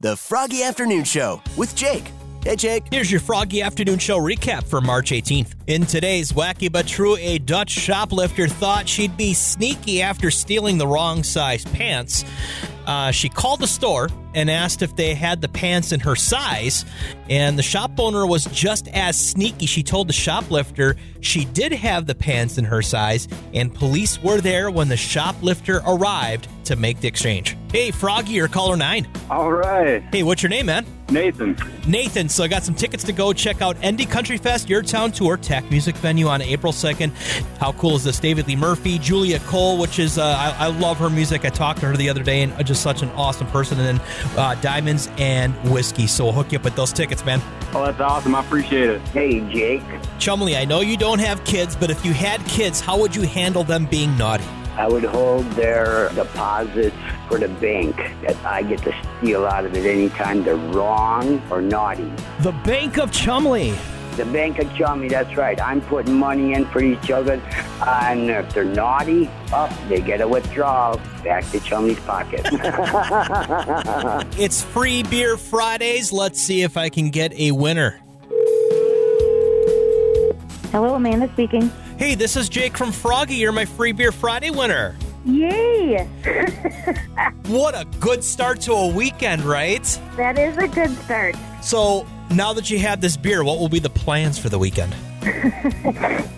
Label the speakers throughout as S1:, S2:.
S1: The Froggy Afternoon Show with Jake. Hey, Jake.
S2: Here's your Froggy Afternoon Show recap for March 18th. In today's Wacky But True, a Dutch shoplifter thought she'd be sneaky after stealing the wrong size pants. Uh, she called the store and asked if they had the pants in her size, and the shop owner was just as sneaky. She told the shoplifter she did have the pants in her size, and police were there when the shoplifter arrived to make the exchange. Hey, Froggy, you're caller nine.
S3: All right,
S2: Hey, what's your name, man?
S3: Nathan.
S2: Nathan, so I got some tickets to go check out Endy Country Fest, your town tour, tech music venue on April 2nd. How cool is this? David Lee Murphy, Julia Cole, which is, uh, I, I love her music. I talked to her the other day and just such an awesome person. And then uh, Diamonds and Whiskey. So we'll hook you up with those tickets, man.
S3: Oh, that's awesome. I appreciate it.
S4: Hey, Jake.
S2: Chumley, I know you don't have kids, but if you had kids, how would you handle them being naughty?
S4: I would hold their deposits for the bank that I get to steal out of it anytime they're wrong or naughty.
S2: The Bank of Chumley.
S4: The bank of Chummy, that's right. I'm putting money in for these children. And if they're naughty, up, they get a withdrawal back to Chumley's pocket.
S2: It's Free Beer Fridays. Let's see if I can get a winner.
S5: Hello, Amanda speaking.
S2: Hey, this is Jake from Froggy. You're my Free Beer Friday winner.
S5: Yay!
S2: What a good start to a weekend, right?
S5: That is a good start.
S2: So, now that you have this beer, what will be the plans for the weekend?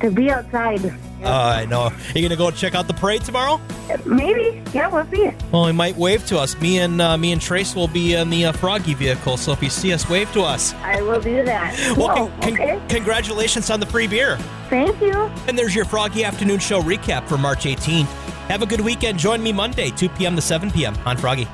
S5: To be outside.
S2: Uh, I know. Are you going to go check out the parade tomorrow?
S5: Maybe. Yeah, we'll see.
S2: Well, he might wave to us. Me and uh, me and Trace will be in the uh, Froggy vehicle, so if you see us, wave to us.
S5: I will do that.
S2: Well,
S5: Cool.
S2: con- con-
S5: okay.
S2: congratulations on the free beer.
S5: Thank you.
S2: And there's your Froggy Afternoon Show recap for March 18th. Have a good weekend. Join me Monday, 2 p.m. to 7 p.m. on Froggy.